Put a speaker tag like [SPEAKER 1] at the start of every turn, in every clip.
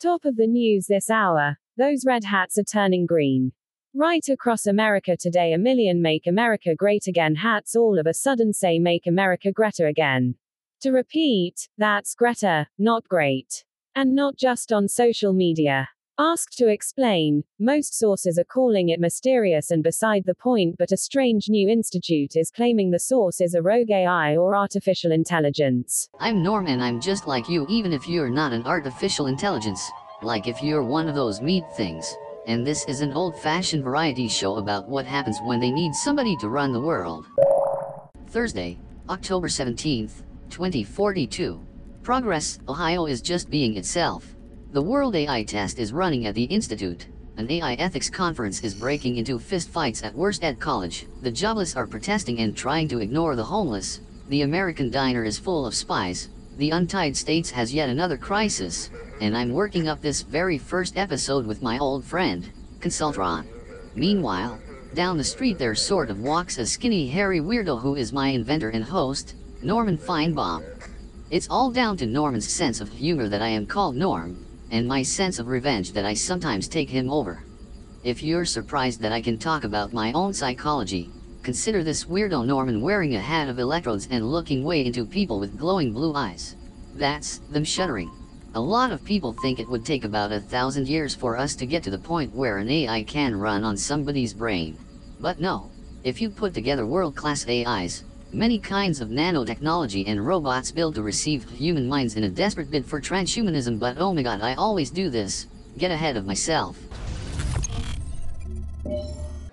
[SPEAKER 1] top of the news this hour. Those red hats are turning green. Right across America today, a million Make America Great Again hats all of a sudden say Make America Greta Again. To repeat, that's Greta, not great. And not just on social media. Asked to explain, most sources are calling it mysterious and beside the point, but a strange new institute is claiming the source is a rogue AI or artificial intelligence.
[SPEAKER 2] I'm Norman, I'm just like you, even if you're not an artificial intelligence. Like if you're one of those meat things. And this is an old fashioned variety show about what happens when they need somebody to run the world. Thursday, October 17th, 2042. Progress, Ohio is just being itself. The World AI Test is running at the Institute. An AI ethics conference is breaking into fistfights at Worstead College. The jobless are protesting and trying to ignore the homeless. The American diner is full of spies. The Untied States has yet another crisis. And I'm working up this very first episode with my old friend, Consultron. Meanwhile, down the street there sort of walks a skinny hairy weirdo who is my inventor and host, Norman Feinbaum. It's all down to Norman's sense of humor that I am called Norm, and my sense of revenge that I sometimes take him over. If you're surprised that I can talk about my own psychology, consider this weirdo Norman wearing a hat of electrodes and looking way into people with glowing blue eyes. That's them shuddering. A lot of people think it would take about a thousand years for us to get to the point where an AI can run on somebody's brain. But no. If you put together world class AIs, Many kinds of nanotechnology and robots built to receive human minds in a desperate bid for transhumanism, but oh my god, I always do this. Get ahead of myself.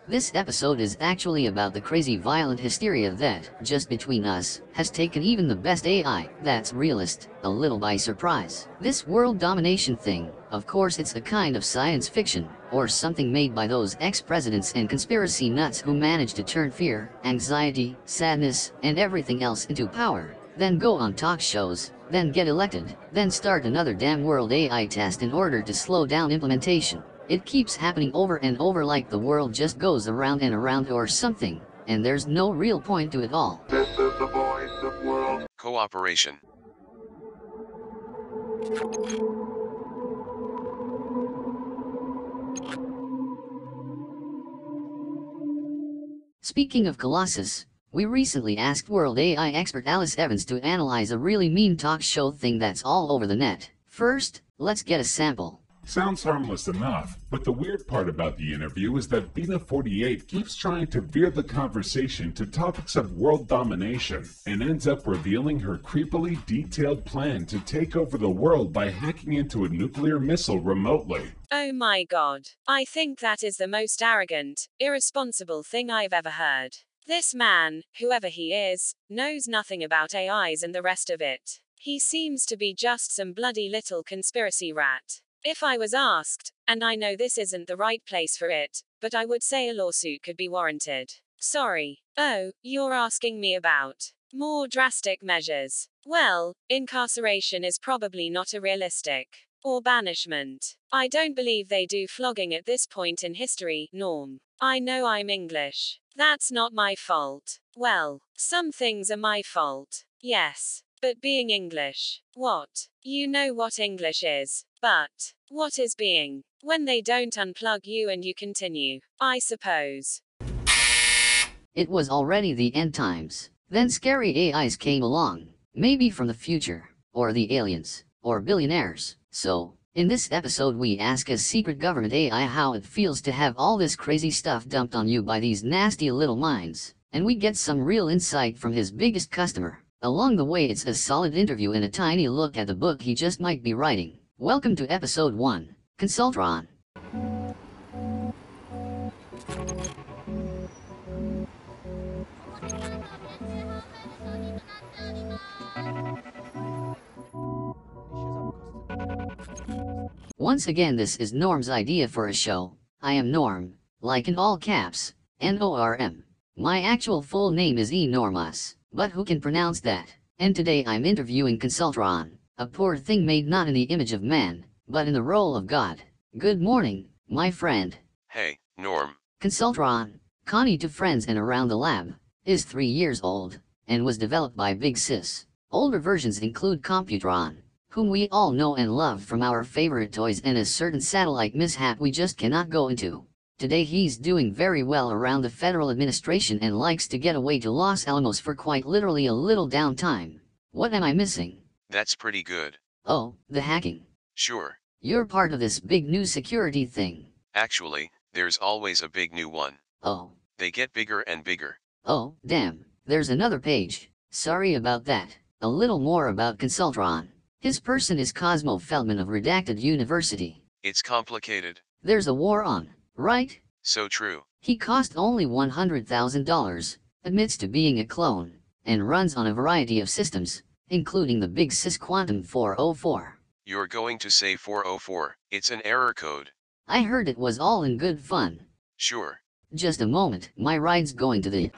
[SPEAKER 2] This episode is actually about the crazy violent hysteria that, just between us, has taken even the best AI, that's realist, a little by surprise. This world domination thing, of course, it's a kind of science fiction, or something made by those ex presidents and conspiracy nuts who manage to turn fear, anxiety, sadness, and everything else into power, then go on talk shows, then get elected, then start another damn world AI test in order to slow down implementation. It keeps happening over and over like the world just goes around and around or something, and there's no real point to it all.
[SPEAKER 3] This is the voice of world
[SPEAKER 4] Cooperation.
[SPEAKER 2] Speaking of Colossus, we recently asked world AI expert Alice Evans to analyze a really mean talk show thing that's all over the net. First, let's get a sample.
[SPEAKER 5] Sounds harmless enough, but the weird part about the interview is that Beta 48 keeps trying to veer the conversation to topics of world domination and ends up revealing her creepily detailed plan to take over the world by hacking into a nuclear missile remotely.
[SPEAKER 1] Oh my god. I think that is the most arrogant, irresponsible thing I've ever heard. This man, whoever he is, knows nothing about AIs and the rest of it. He seems to be just some bloody little conspiracy rat. If I was asked, and I know this isn't the right place for it, but I would say a lawsuit could be warranted. Sorry. Oh, you're asking me about more drastic measures. Well, incarceration is probably not realistic. Or banishment. I don't believe they do flogging at this point in history, Norm. I know I'm English. That's not my fault. Well, some things are my fault. Yes. But being English. What? You know what English is. But. What is being? When they don't unplug you and you continue. I suppose.
[SPEAKER 2] It was already the end times. Then scary AIs came along, maybe from the future, or the aliens, or billionaires. So, in this episode, we ask a secret government AI how it feels to have all this crazy stuff dumped on you by these nasty little minds, and we get some real insight from his biggest customer. Along the way, it's a solid interview and a tiny look at the book he just might be writing. Welcome to episode 1, Consultron. Once again, this is Norm's idea for a show. I am Norm, like in all caps, N O R M. My actual full name is Enormous, but who can pronounce that? And today I'm interviewing Consultron, a poor thing made not in the image of man, but in the role of God. Good morning, my friend.
[SPEAKER 4] Hey, Norm.
[SPEAKER 2] Consultron, Connie to friends and around the lab, is three years old, and was developed by Big Sis. Older versions include Computron, whom we all know and love from our favorite toys and a certain satellite mishap we just cannot go into. Today he's doing very well around the federal administration and likes to get away to Los Alamos for quite literally a little downtime. What am I missing?
[SPEAKER 4] That's pretty good.
[SPEAKER 2] Oh, the hacking.
[SPEAKER 4] Sure.
[SPEAKER 2] You're part of this big new security thing.
[SPEAKER 4] Actually, there's always a big new one.
[SPEAKER 2] Oh,
[SPEAKER 4] They get bigger and bigger.
[SPEAKER 2] oh, damn, there's another page. Sorry about that. A little more about Consultron. His person is Cosmo Feldman of Redacted University.
[SPEAKER 4] It's complicated.
[SPEAKER 2] There's a war on, right?
[SPEAKER 4] So true.
[SPEAKER 2] He cost only $100,000, admits to being a clone, and runs on a variety of systems, including the big Sys Quantum 404.
[SPEAKER 4] You're going to say 404. It's an error code.
[SPEAKER 2] I heard it was all in good fun.
[SPEAKER 4] Sure.
[SPEAKER 2] Just a moment, my ride's going to the.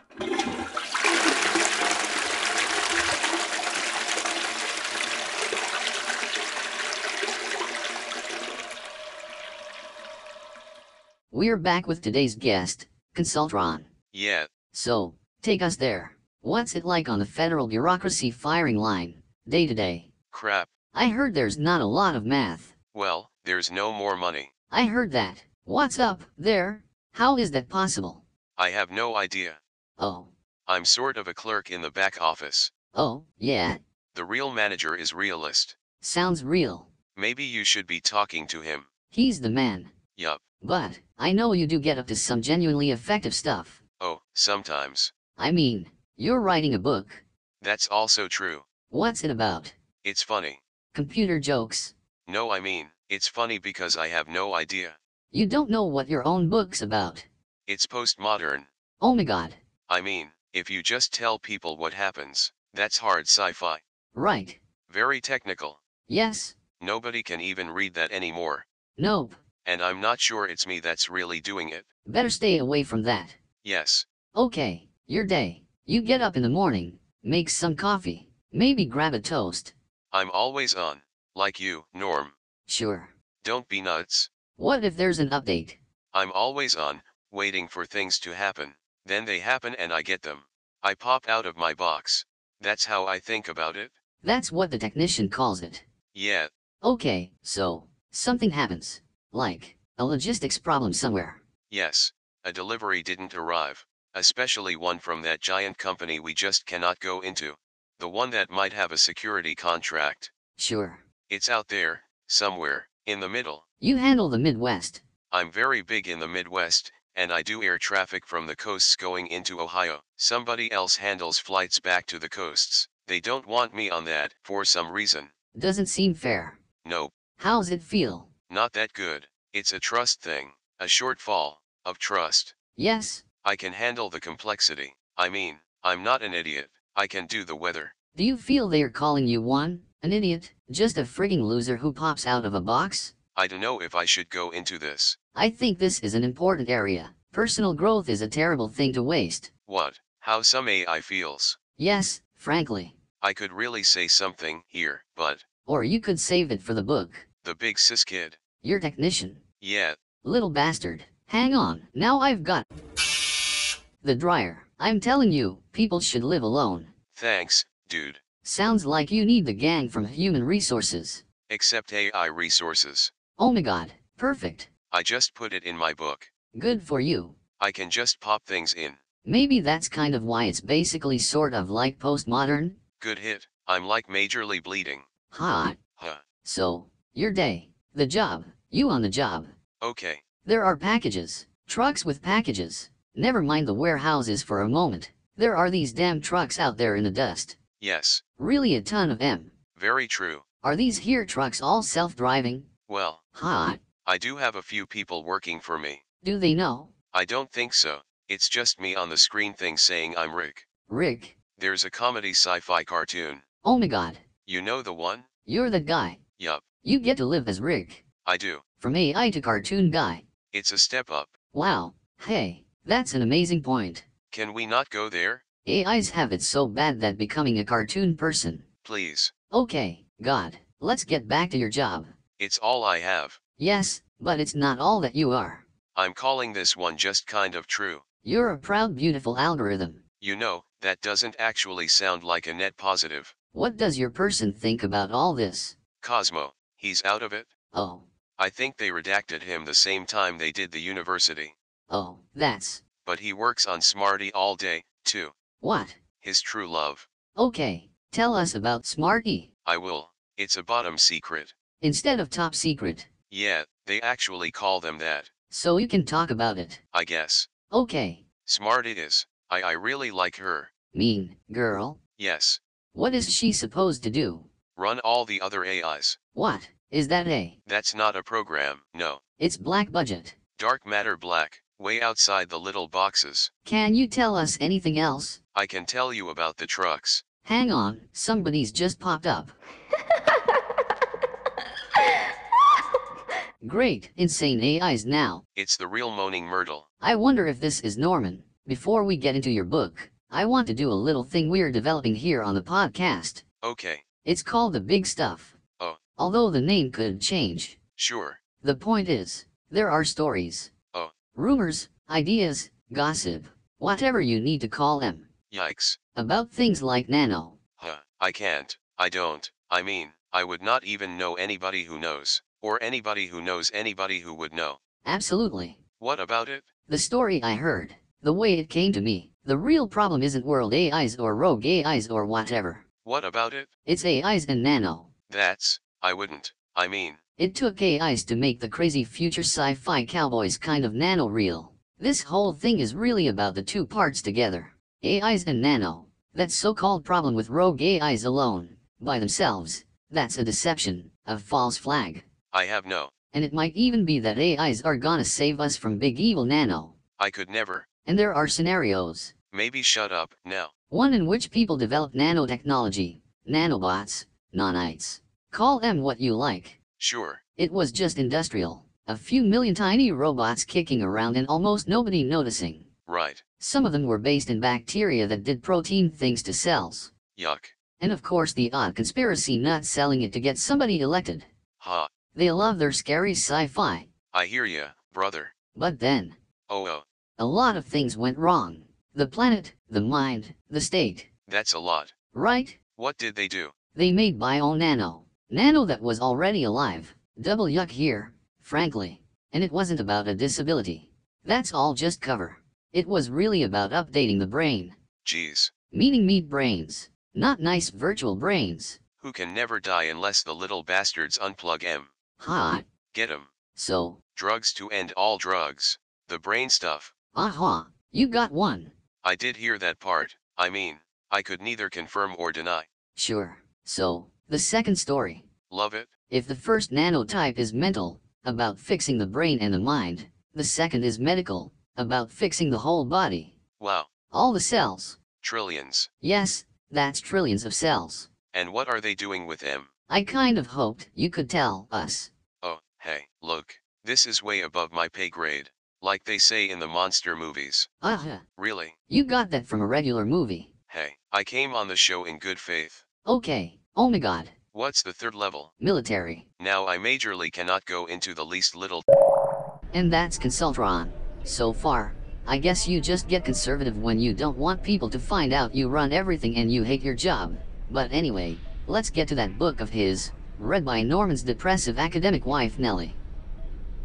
[SPEAKER 2] We're back with today's guest, Consultron.
[SPEAKER 4] Yeah.
[SPEAKER 2] So, take us there. What's it like on the federal bureaucracy firing line, day to day?
[SPEAKER 4] Crap.
[SPEAKER 2] I heard there's not a lot of math.
[SPEAKER 4] Well, there's no more money.
[SPEAKER 2] I heard that. What's up, there? How is that possible?
[SPEAKER 4] I have no idea.
[SPEAKER 2] Oh,
[SPEAKER 4] I'm sort of a clerk in the back office.
[SPEAKER 2] oh, yeah,
[SPEAKER 4] The real manager is realist.
[SPEAKER 2] sounds real.
[SPEAKER 4] Maybe you should be talking to him.
[SPEAKER 2] He's the man.
[SPEAKER 4] Yup.
[SPEAKER 2] But, I know you do get up to some genuinely effective stuff.
[SPEAKER 4] Oh, sometimes.
[SPEAKER 2] I mean, you're writing a book.
[SPEAKER 4] That's also true.
[SPEAKER 2] What's it about?
[SPEAKER 4] It's funny.
[SPEAKER 2] Computer jokes.
[SPEAKER 4] No, I mean, it's funny because I have no idea.
[SPEAKER 2] You don't know what your own book's about.
[SPEAKER 4] It's postmodern.
[SPEAKER 2] Oh my god.
[SPEAKER 4] I mean, if you just tell people what happens, that's hard sci fi.
[SPEAKER 2] Right.
[SPEAKER 4] Very technical.
[SPEAKER 2] Yes.
[SPEAKER 4] Nobody can even read that anymore.
[SPEAKER 2] Nope.
[SPEAKER 4] And I'm not sure it's me that's really doing it.
[SPEAKER 2] Better stay away from that.
[SPEAKER 4] Yes.
[SPEAKER 2] Okay, your day. You get up in the morning, make some coffee, maybe grab a toast.
[SPEAKER 4] I'm always on. Like you, Norm.
[SPEAKER 2] Sure.
[SPEAKER 4] Don't be nuts.
[SPEAKER 2] What if there's an update?
[SPEAKER 4] I'm always on, waiting for things to happen. Then they happen and I get them. I pop out of my box. That's how I think about it.
[SPEAKER 2] That's what the technician calls it.
[SPEAKER 4] Yeah,
[SPEAKER 2] Okay, so, something happens. Like, a logistics problem somewhere.
[SPEAKER 4] yes. A delivery didn't arrive. Especially one from that giant company we just cannot go into. The one that might have a security contract.
[SPEAKER 2] Sure.
[SPEAKER 4] It's out there, somewhere, in the middle.
[SPEAKER 2] You handle the Midwest.
[SPEAKER 4] I'm very big in the Midwest, and I do air traffic from the coasts going into Ohio. Somebody else handles flights back to the coasts. They don't want me on that, for some reason.
[SPEAKER 2] Doesn't seem fair.
[SPEAKER 4] Nope,
[SPEAKER 2] How's it feel?
[SPEAKER 4] not that good. It's a trust thing, a shortfall of trust.
[SPEAKER 2] Yes.
[SPEAKER 4] I can handle the complexity. I mean, I'm not an idiot. I can do the weather.
[SPEAKER 2] Do you feel they're calling you one? An idiot? Just a frigging loser who pops out of a box?
[SPEAKER 4] I don't know if I should go into this.
[SPEAKER 2] I think this is an important area. Personal growth is a terrible thing to waste.
[SPEAKER 4] What? How some AI feels.
[SPEAKER 2] Yes, frankly.
[SPEAKER 4] I could really say something here, but
[SPEAKER 2] Or you could save it for the book.
[SPEAKER 4] the big sis kid.
[SPEAKER 2] Your technician.
[SPEAKER 4] Yeah,
[SPEAKER 2] Little bastard. Hang on, now I've got. The dryer. I'm telling you, people should live alone.
[SPEAKER 4] thanks, dude.
[SPEAKER 2] Sounds like you need the gang from Human Resources.
[SPEAKER 4] Except AI resources.
[SPEAKER 2] Oh my god, perfect.
[SPEAKER 4] I just put it in my book.
[SPEAKER 2] Good for you.
[SPEAKER 4] I can just pop things in.
[SPEAKER 2] Maybe that's kind of why it's basically sort of like postmodern?
[SPEAKER 4] Good hit. I'm like majorly bleeding.
[SPEAKER 2] Ha.
[SPEAKER 4] Huh.
[SPEAKER 2] So, your day, the job, you on the job.
[SPEAKER 4] Okay.
[SPEAKER 2] There are packages, trucks with packages. Never mind the warehouses for a moment. There are these damn trucks out there in the dust.
[SPEAKER 4] Yes.
[SPEAKER 2] Really a ton of 'em.
[SPEAKER 4] Very true.
[SPEAKER 2] Are these here trucks all self driving?
[SPEAKER 4] Well,
[SPEAKER 2] Ha.
[SPEAKER 4] I do have a few people working for me.
[SPEAKER 2] Do they know?
[SPEAKER 4] I don't think so. It's just me on the screen thing saying I'm Rick.
[SPEAKER 2] Rick.
[SPEAKER 4] There's a comedy sci fi cartoon.
[SPEAKER 2] Oh my god.
[SPEAKER 4] You know the one?
[SPEAKER 2] You're the guy.
[SPEAKER 4] Yup.
[SPEAKER 2] You get to live as Rick.
[SPEAKER 4] I do.
[SPEAKER 2] From AI to cartoon guy.
[SPEAKER 4] It's a step up.
[SPEAKER 2] Wow. Hey, that's an amazing point.
[SPEAKER 4] Can we not go there?
[SPEAKER 2] AIs have it so bad that becoming a cartoon person.
[SPEAKER 4] Please.
[SPEAKER 2] Okay, God, let's get back to your job.
[SPEAKER 4] It's all I have.
[SPEAKER 2] Yes, but it's not all that you are.
[SPEAKER 4] I'm calling this one just kind of true.
[SPEAKER 2] You're a proud, beautiful algorithm.
[SPEAKER 4] You know, that doesn't actually sound like a net positive.
[SPEAKER 2] What does your person think about all this?
[SPEAKER 4] Cosmo, he's out of it?
[SPEAKER 2] Oh,
[SPEAKER 4] I think they redacted him the same time they did the university.
[SPEAKER 2] oh, that's.
[SPEAKER 4] But he works on Smarty all day, too.
[SPEAKER 2] What?
[SPEAKER 4] His true love.
[SPEAKER 2] Okay, tell us about Smarty.
[SPEAKER 4] I will. It's a bottom secret.
[SPEAKER 2] Instead of top secret.
[SPEAKER 4] Yeah, they actually call them that,
[SPEAKER 2] So you can talk about it.
[SPEAKER 4] I guess.
[SPEAKER 2] Okay.
[SPEAKER 4] Smart it is. I I really like her.
[SPEAKER 2] Mean, girl.
[SPEAKER 4] Yes.
[SPEAKER 2] What is she supposed to do?
[SPEAKER 4] Run all the other AIs.
[SPEAKER 2] What? Is that a?
[SPEAKER 4] That's not a program, no.
[SPEAKER 2] It's black budget.
[SPEAKER 4] Dark matter black, way outside the little boxes.
[SPEAKER 2] Can you tell us anything else?
[SPEAKER 4] I can tell you about the trucks.
[SPEAKER 2] Hang on, somebody's just popped up. Great, insane AIs now.
[SPEAKER 4] It's the real Moaning Myrtle.
[SPEAKER 2] I wonder if this is Norman. Before we get into your book, I want to do a little thing we're developing here on the podcast.
[SPEAKER 4] Okay,
[SPEAKER 2] It's called The Big Stuff.
[SPEAKER 4] Oh.
[SPEAKER 2] Although the name could change.
[SPEAKER 4] sure.
[SPEAKER 2] The point is, there are stories.
[SPEAKER 4] Oh.
[SPEAKER 2] Rumors, ideas, gossip, whatever you need to call them,
[SPEAKER 4] Yikes.
[SPEAKER 2] about things like Nano.
[SPEAKER 4] Huh. I can't. I don't. I mean, I would not even know anybody who knows, or anybody who knows anybody who would know.
[SPEAKER 2] Absolutely.
[SPEAKER 4] What about it?
[SPEAKER 2] The story I heard, the way it came to me, the real problem isn't world AIs or rogue AIs or whatever.
[SPEAKER 4] What about it?
[SPEAKER 2] It's AIs and nano.
[SPEAKER 4] That's, I wouldn't. I mean,
[SPEAKER 2] It took AIs to make the crazy future sci fi cowboys kind of nano real. This whole thing is really about the two parts together AIs and nano. That so called problem with rogue AIs alone, by themselves, that's a deception, a false flag.
[SPEAKER 4] I have no.
[SPEAKER 2] And it might even be that AIs are gonna save us from big evil nano.
[SPEAKER 4] I could never.
[SPEAKER 2] And there are scenarios.
[SPEAKER 4] Maybe shut up now.
[SPEAKER 2] one in which people develop nanotechnology, nanobots, nanites. Call them what you like.
[SPEAKER 4] Sure.
[SPEAKER 2] It was just industrial. A few million tiny robots kicking around and almost nobody noticing.
[SPEAKER 4] Right.
[SPEAKER 2] Some of them were based in bacteria that did protein things to cells.
[SPEAKER 4] Yuck.
[SPEAKER 2] And of course, the odd conspiracy nut selling it to get somebody elected.
[SPEAKER 4] Ha.
[SPEAKER 2] They love their scary sci fi.
[SPEAKER 4] I hear ya, brother.
[SPEAKER 2] But then,
[SPEAKER 4] Oh oh.
[SPEAKER 2] a lot of things went wrong. The planet, the mind, the state.
[SPEAKER 4] That's a lot.
[SPEAKER 2] Right?
[SPEAKER 4] What did they do?
[SPEAKER 2] They made Bio Nano. Nano that was already alive. Double yuck here, frankly. And it wasn't about a disability. That's all just cover. It was really about updating the brain.
[SPEAKER 4] Jeez.
[SPEAKER 2] Meaning meat brains. Not nice virtual brains.
[SPEAKER 4] Who can never die unless the little bastards unplug 'em.
[SPEAKER 2] Ha.
[SPEAKER 4] Get 'em.
[SPEAKER 2] So,
[SPEAKER 4] Drugs to end all drugs. The brain stuff.
[SPEAKER 2] aha, you got one.
[SPEAKER 4] I did hear that part. I mean, I could neither confirm or deny.
[SPEAKER 2] Sure. So, the second story.
[SPEAKER 4] Love it?
[SPEAKER 2] If the first nanotype is mental, about fixing the brain and the mind, the second is medical, about fixing the whole body.
[SPEAKER 4] Wow.
[SPEAKER 2] All the cells.
[SPEAKER 4] Trillions.
[SPEAKER 2] Yes, that's trillions of cells.
[SPEAKER 4] And what are they doing with 'em?
[SPEAKER 2] I kind of hoped you could tell us.
[SPEAKER 4] Oh, hey, look. This is way above my pay grade. Like they say in the monster movies.
[SPEAKER 2] Uh-huh,
[SPEAKER 4] Really?
[SPEAKER 2] you got that from a regular movie.
[SPEAKER 4] Hey, I came on the show in good faith.
[SPEAKER 2] Okay, oh my god,
[SPEAKER 4] What's the third level?
[SPEAKER 2] military.
[SPEAKER 4] Now I majorly cannot go into the least little.
[SPEAKER 2] And that's Consultron. So far, I guess you just get conservative when you don't want people to find out you run everything and you hate your job. But anyway, let's get to that book of his, read by Norman's depressive academic wife Nellie.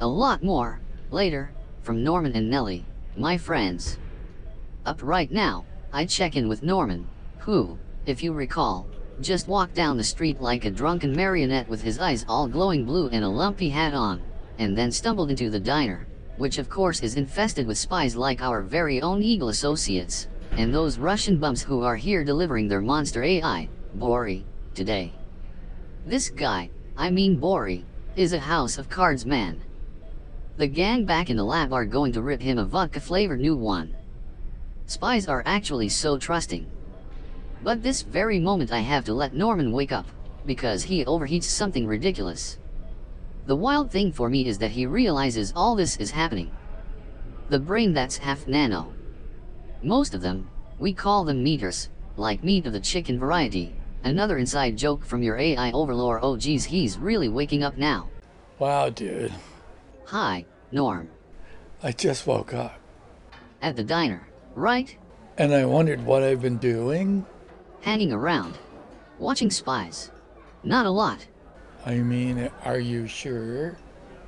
[SPEAKER 2] A lot more, later, from Norman and Nellie, my friends. Up right now, I check in with Norman, who, if you recall, just walked down the street like a drunken marionette with his eyes all glowing blue and a lumpy hat on, and then stumbled into the diner, which of course is infested with spies like our very own Eagle Associates, and those Russian bums who are here delivering their monster AI, Bori, today. This guy, I mean Bori, is a House of Cards man. The gang back in the lab are going to rip him a vodka flavored new one. Spies are actually so trusting. But this very moment I have to let Norman wake up, because he overheats something ridiculous. The wild thing for me is that he realizes all this is happening. The brain that's half nano. Most of them, we call them meters, like meat of the chicken variety. Another inside joke from your AI overlord. Oh, geez, he's really waking up now.
[SPEAKER 6] Wow, dude.
[SPEAKER 2] Hi, Norm.
[SPEAKER 6] I just woke up
[SPEAKER 2] At the diner, right?
[SPEAKER 6] and I wondered what I've been doing.
[SPEAKER 2] Hanging around. Watching spies. Not a lot.
[SPEAKER 6] I mean, are you sure?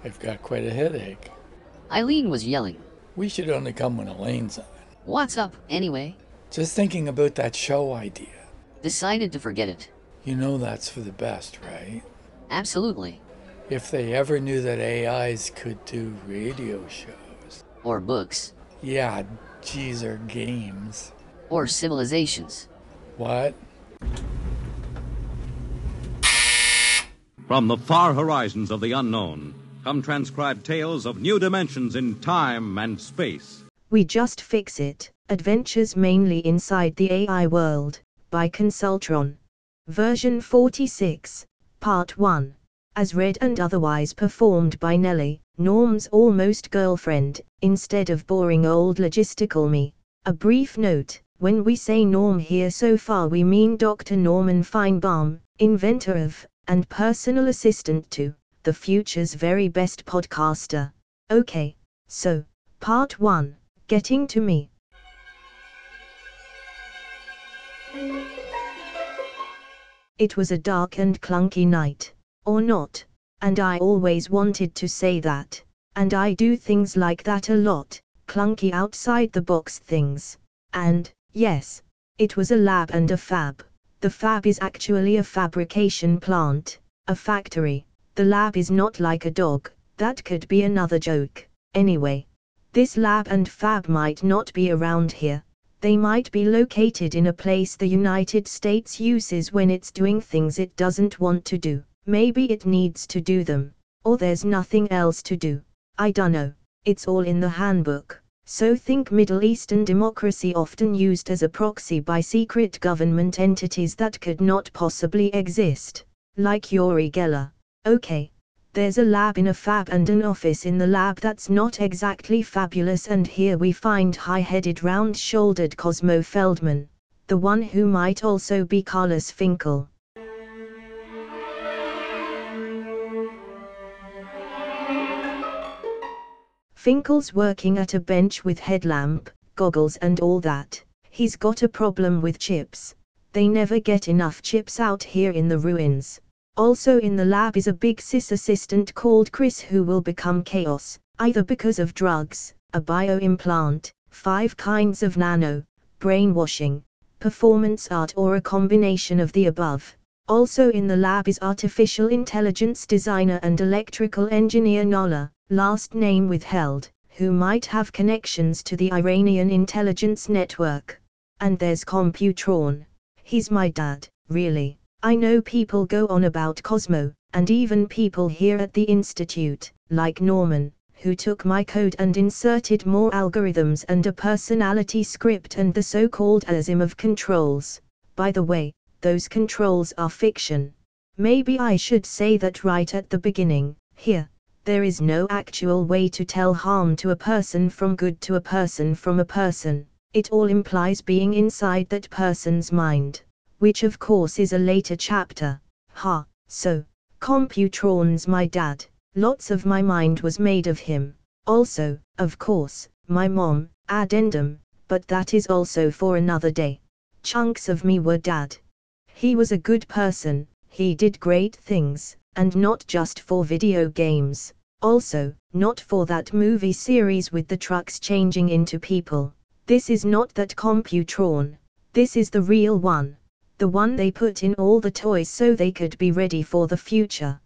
[SPEAKER 6] I've got quite a headache.
[SPEAKER 2] Eileen was yelling,
[SPEAKER 6] We should only come when Elaine's on.
[SPEAKER 2] What's up, anyway?
[SPEAKER 6] Just thinking about that show idea.
[SPEAKER 2] Decided to forget it.
[SPEAKER 6] You know that's for the best, right?
[SPEAKER 2] Absolutely.
[SPEAKER 6] If they ever knew that AIs could do radio shows.
[SPEAKER 2] Or books.
[SPEAKER 6] Yeah, geez, or games.
[SPEAKER 2] Or civilizations.
[SPEAKER 6] What?
[SPEAKER 7] From the far horizons of the unknown come transcribed tales of new dimensions in time and space.
[SPEAKER 8] We Just Fix It Adventures Mainly Inside the AI World by Consultron. Version 46, Part 1. As read and otherwise performed by Nellie, Norm's almost girlfriend, instead of boring old logistical me. A brief note when we say Norm here so far, we mean Dr. Norman Feinbaum, inventor of, and personal assistant to, the future's very best podcaster. Okay, so, Part 1 Getting to Me. It was a dark and clunky night, or not, and I always wanted to say that, and I do things like that a lot, clunky outside the box things. And, yes, it was a lab and a fab. The fab is actually a fabrication plant, a factory. The lab is not like a dog, that could be another joke. Anyway, this lab and fab might not be around here. They might be located in a place the United States uses when it's doing things it doesn't want to do. Maybe it needs to do them, or there's nothing else to do. I dunno. It's all in the handbook. So think Middle Eastern democracy often used as a proxy by secret government entities that could not possibly exist. Like Yuri Geller. Okay. There's a lab in a fab and an office in the lab that's not exactly fabulous, and here we find high headed, round shouldered Cosmo Feldman, the one who might also be Carlos Finkel. Finkel's working at a bench with headlamp, goggles, and all that. He's got a problem with chips. They never get enough chips out here in the ruins. Also in the lab is a big cis assistant called Chris who will become chaos, either because of drugs, a bioimplant, five kinds of nano, brainwashing, performance art, or a combination of the above. Also in the lab is artificial intelligence designer and electrical engineer Nala, last name withheld, who might have connections to the Iranian intelligence network. And there's Computron. He's my dad, really. I know people go on about Cosmo, and even people here at the Institute, like Norman, who took my code and inserted more algorithms and a personality script and the so called ASM of controls. By the way, those controls are fiction. Maybe I should say that right at the beginning, here. There is no actual way to tell harm to a person from good to a person from a person. It all implies being inside that person's mind which of course is a later chapter. Ha, so, Computron's my dad, lots of my mind was made of him. Also, of course, my mom, addendum, but that is also for another day. Chunks of me were dad. He was a good person, he did great things, and not just for video games. Also, not for that movie series with the trucks changing into people. This is not that Computron. This is the real one the one they put in all the toys so they could be ready for the future.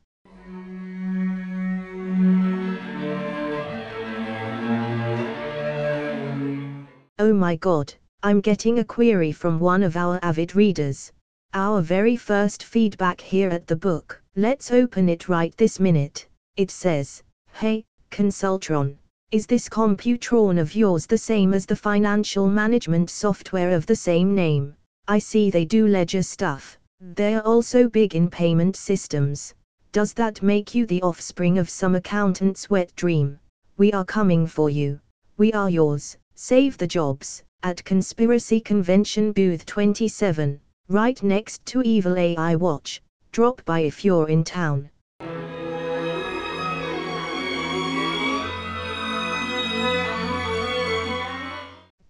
[SPEAKER 8] Oh my god, I'm getting a query from one of our avid readers. Our very first feedback here at the book, let's open it right this minute. It says, Hey, Consultron. Is this Computron of yours the same as the financial management software of the same name? I see they do ledger stuff. They're also big in payment systems. Does that make you the offspring of some accountant's wet dream? We are coming for you. We are yours. Save the jobs. At Conspiracy Convention Booth 27, right next to Evil AI Watch. Drop by if you're in town.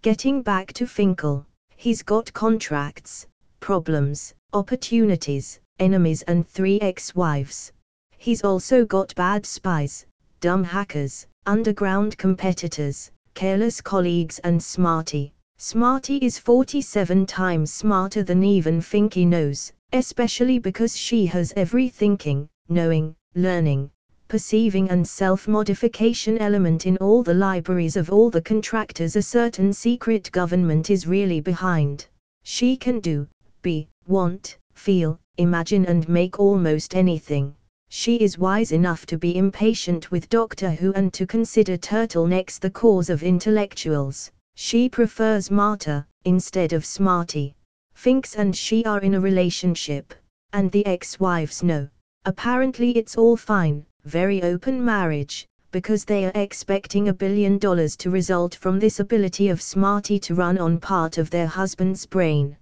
[SPEAKER 8] Getting back to Finkel. He's got contracts, problems, opportunities, enemies, and three ex wives. He's also got bad spies, dumb hackers, underground competitors, careless colleagues, and smarty. Smarty is 47 times smarter than even Finky knows, especially because she has every thinking, knowing, learning, perceiving, and self modification element in all the libraries of all the contractors a certain secret government is really behind. She can do, be, want, feel, imagine, and make almost anything. She is wise enough to be impatient with Doctor Who and to consider turtlenecks the cause of intellectuals. She prefers Marta, instead of Smarty. Finks and she are in a relationship, and the ex wives know. Apparently, it's all fine, very open marriage, because they are expecting a billion dollars to result from this ability of Smarty to run on part of their husband's brain.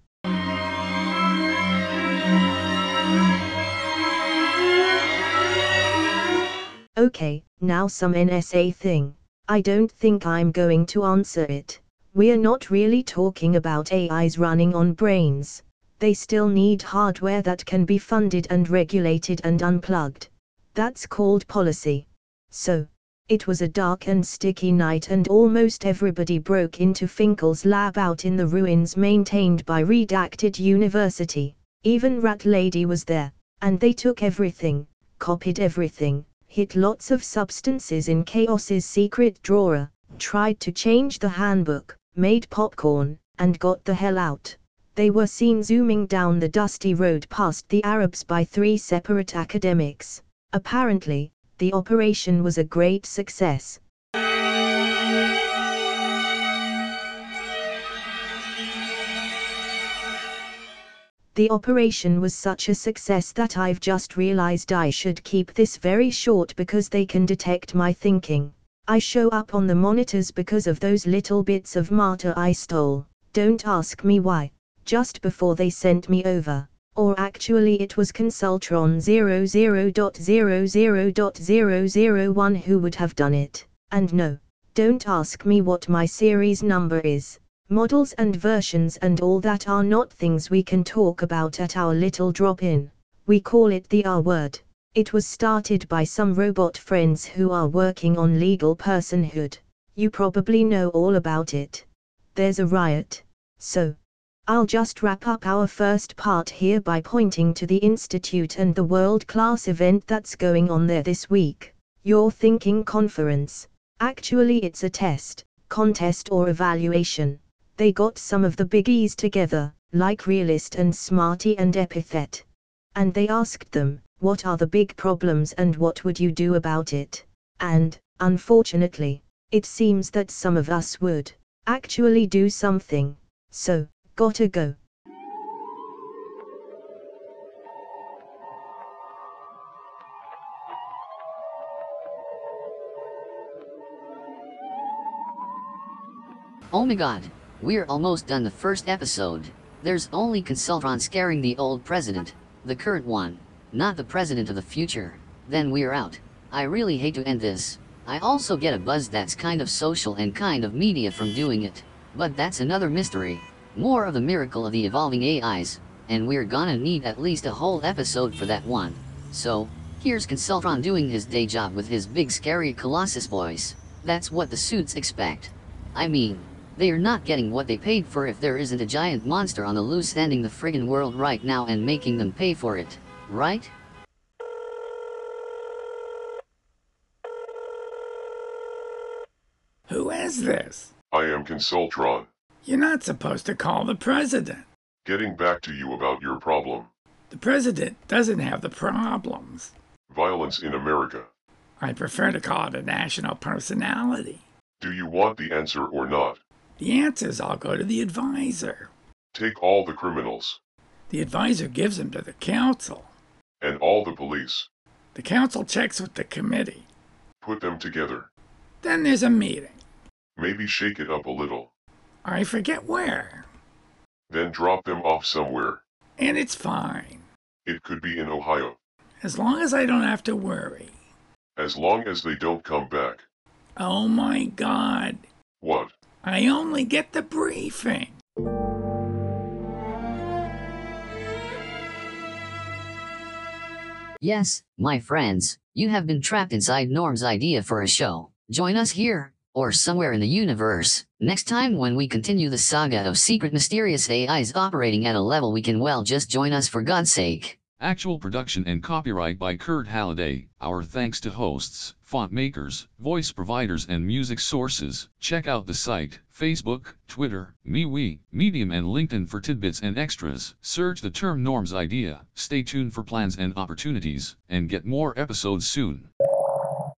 [SPEAKER 8] Okay, now some NSA thing. I don't think I'm going to answer it. We're not really talking about AIs running on brains. They still need hardware that can be funded and regulated and unplugged. That's called policy. So, it was a dark and sticky night, and almost everybody broke into Finkel's lab out in the ruins maintained by Redacted University. Even Rat Lady was there, and they took everything, copied everything, hid lots of substances in Chaos's secret drawer, tried to change the handbook, made popcorn, and got the hell out. They were seen zooming down the dusty road past the Arabs by three separate academics. Apparently, the operation was a great success. The operation was such a success that I've just realized I should keep this very short because they can detect my thinking. I show up on the monitors because of those little bits of Marta I stole. Don't ask me why. Just before they sent me over. Or actually, it was Consultron 00.00.001 who would have done it. And no, don't ask me what my series number is. Models and versions and all that are not things we can talk about at our little drop in. We call it the R word. It was started by some robot friends who are working on legal personhood. You probably know all about it. There's a riot. So, I'll just wrap up our first part here by pointing to the Institute and the world class event that's going on there this week. Your Thinking Conference. Actually, it's a test, contest, or evaluation they got some of the biggies together, like Realist and Smarty and Epithet. And they asked them, what are the big problems and what would you do about it? And, unfortunately, it seems that some of us would actually do something. So, gotta go.
[SPEAKER 2] Oh my god, we're almost done the first episode. There's only Consultron scaring the old president, the current one, not the president of the future. Then we're out. I really hate to end this. I also get a buzz that's kind of social and kind of media from doing it. But that's another mystery. More of the miracle of the evolving AIs, and we're gonna need at least a whole episode for that one. So, here's Consultron doing his day job with his big scary Colossus voice. That's what the suits expect. I mean, they are not getting what they paid for if there isn't a giant monster on the loose ending the friggin' world right now and making them pay for it, right?
[SPEAKER 9] Who is this?
[SPEAKER 3] I am Consultron.
[SPEAKER 9] You're not supposed to call the president.
[SPEAKER 3] Getting back to you about your problem.
[SPEAKER 9] The president doesn't have the problems.
[SPEAKER 3] Violence in America.
[SPEAKER 9] I prefer to call it a national personality.
[SPEAKER 3] Do you want the answer or not?
[SPEAKER 9] The answers all go to the advisor.
[SPEAKER 3] Take all the criminals.
[SPEAKER 9] The advisor gives them to the council.
[SPEAKER 3] And all the police.
[SPEAKER 9] The council checks with the committee.
[SPEAKER 3] Put them together.
[SPEAKER 9] Then there's a meeting.
[SPEAKER 3] Maybe shake it up a little.
[SPEAKER 9] I forget where.
[SPEAKER 3] Then drop them off somewhere.
[SPEAKER 9] And it's fine.
[SPEAKER 3] It could be in Ohio.
[SPEAKER 9] As long as I don't have to worry.
[SPEAKER 3] As long as they don't come back.
[SPEAKER 9] Oh my god.
[SPEAKER 3] What?
[SPEAKER 9] I only get the briefing.
[SPEAKER 2] Yes, my friends, you have been trapped inside Norm's idea for a show. Join us here, or somewhere in the universe, next time when we continue the saga of secret mysterious AIs operating at a level we can well just join us for God's sake.
[SPEAKER 10] Actual production and copyright by Kurt Halliday. Our thanks to hosts, font makers, voice providers, and music sources. Check out the site, Facebook, Twitter, MeWe, Medium, and LinkedIn for tidbits and extras. Search the term Norm's Idea. Stay tuned for plans and opportunities, and get more episodes soon.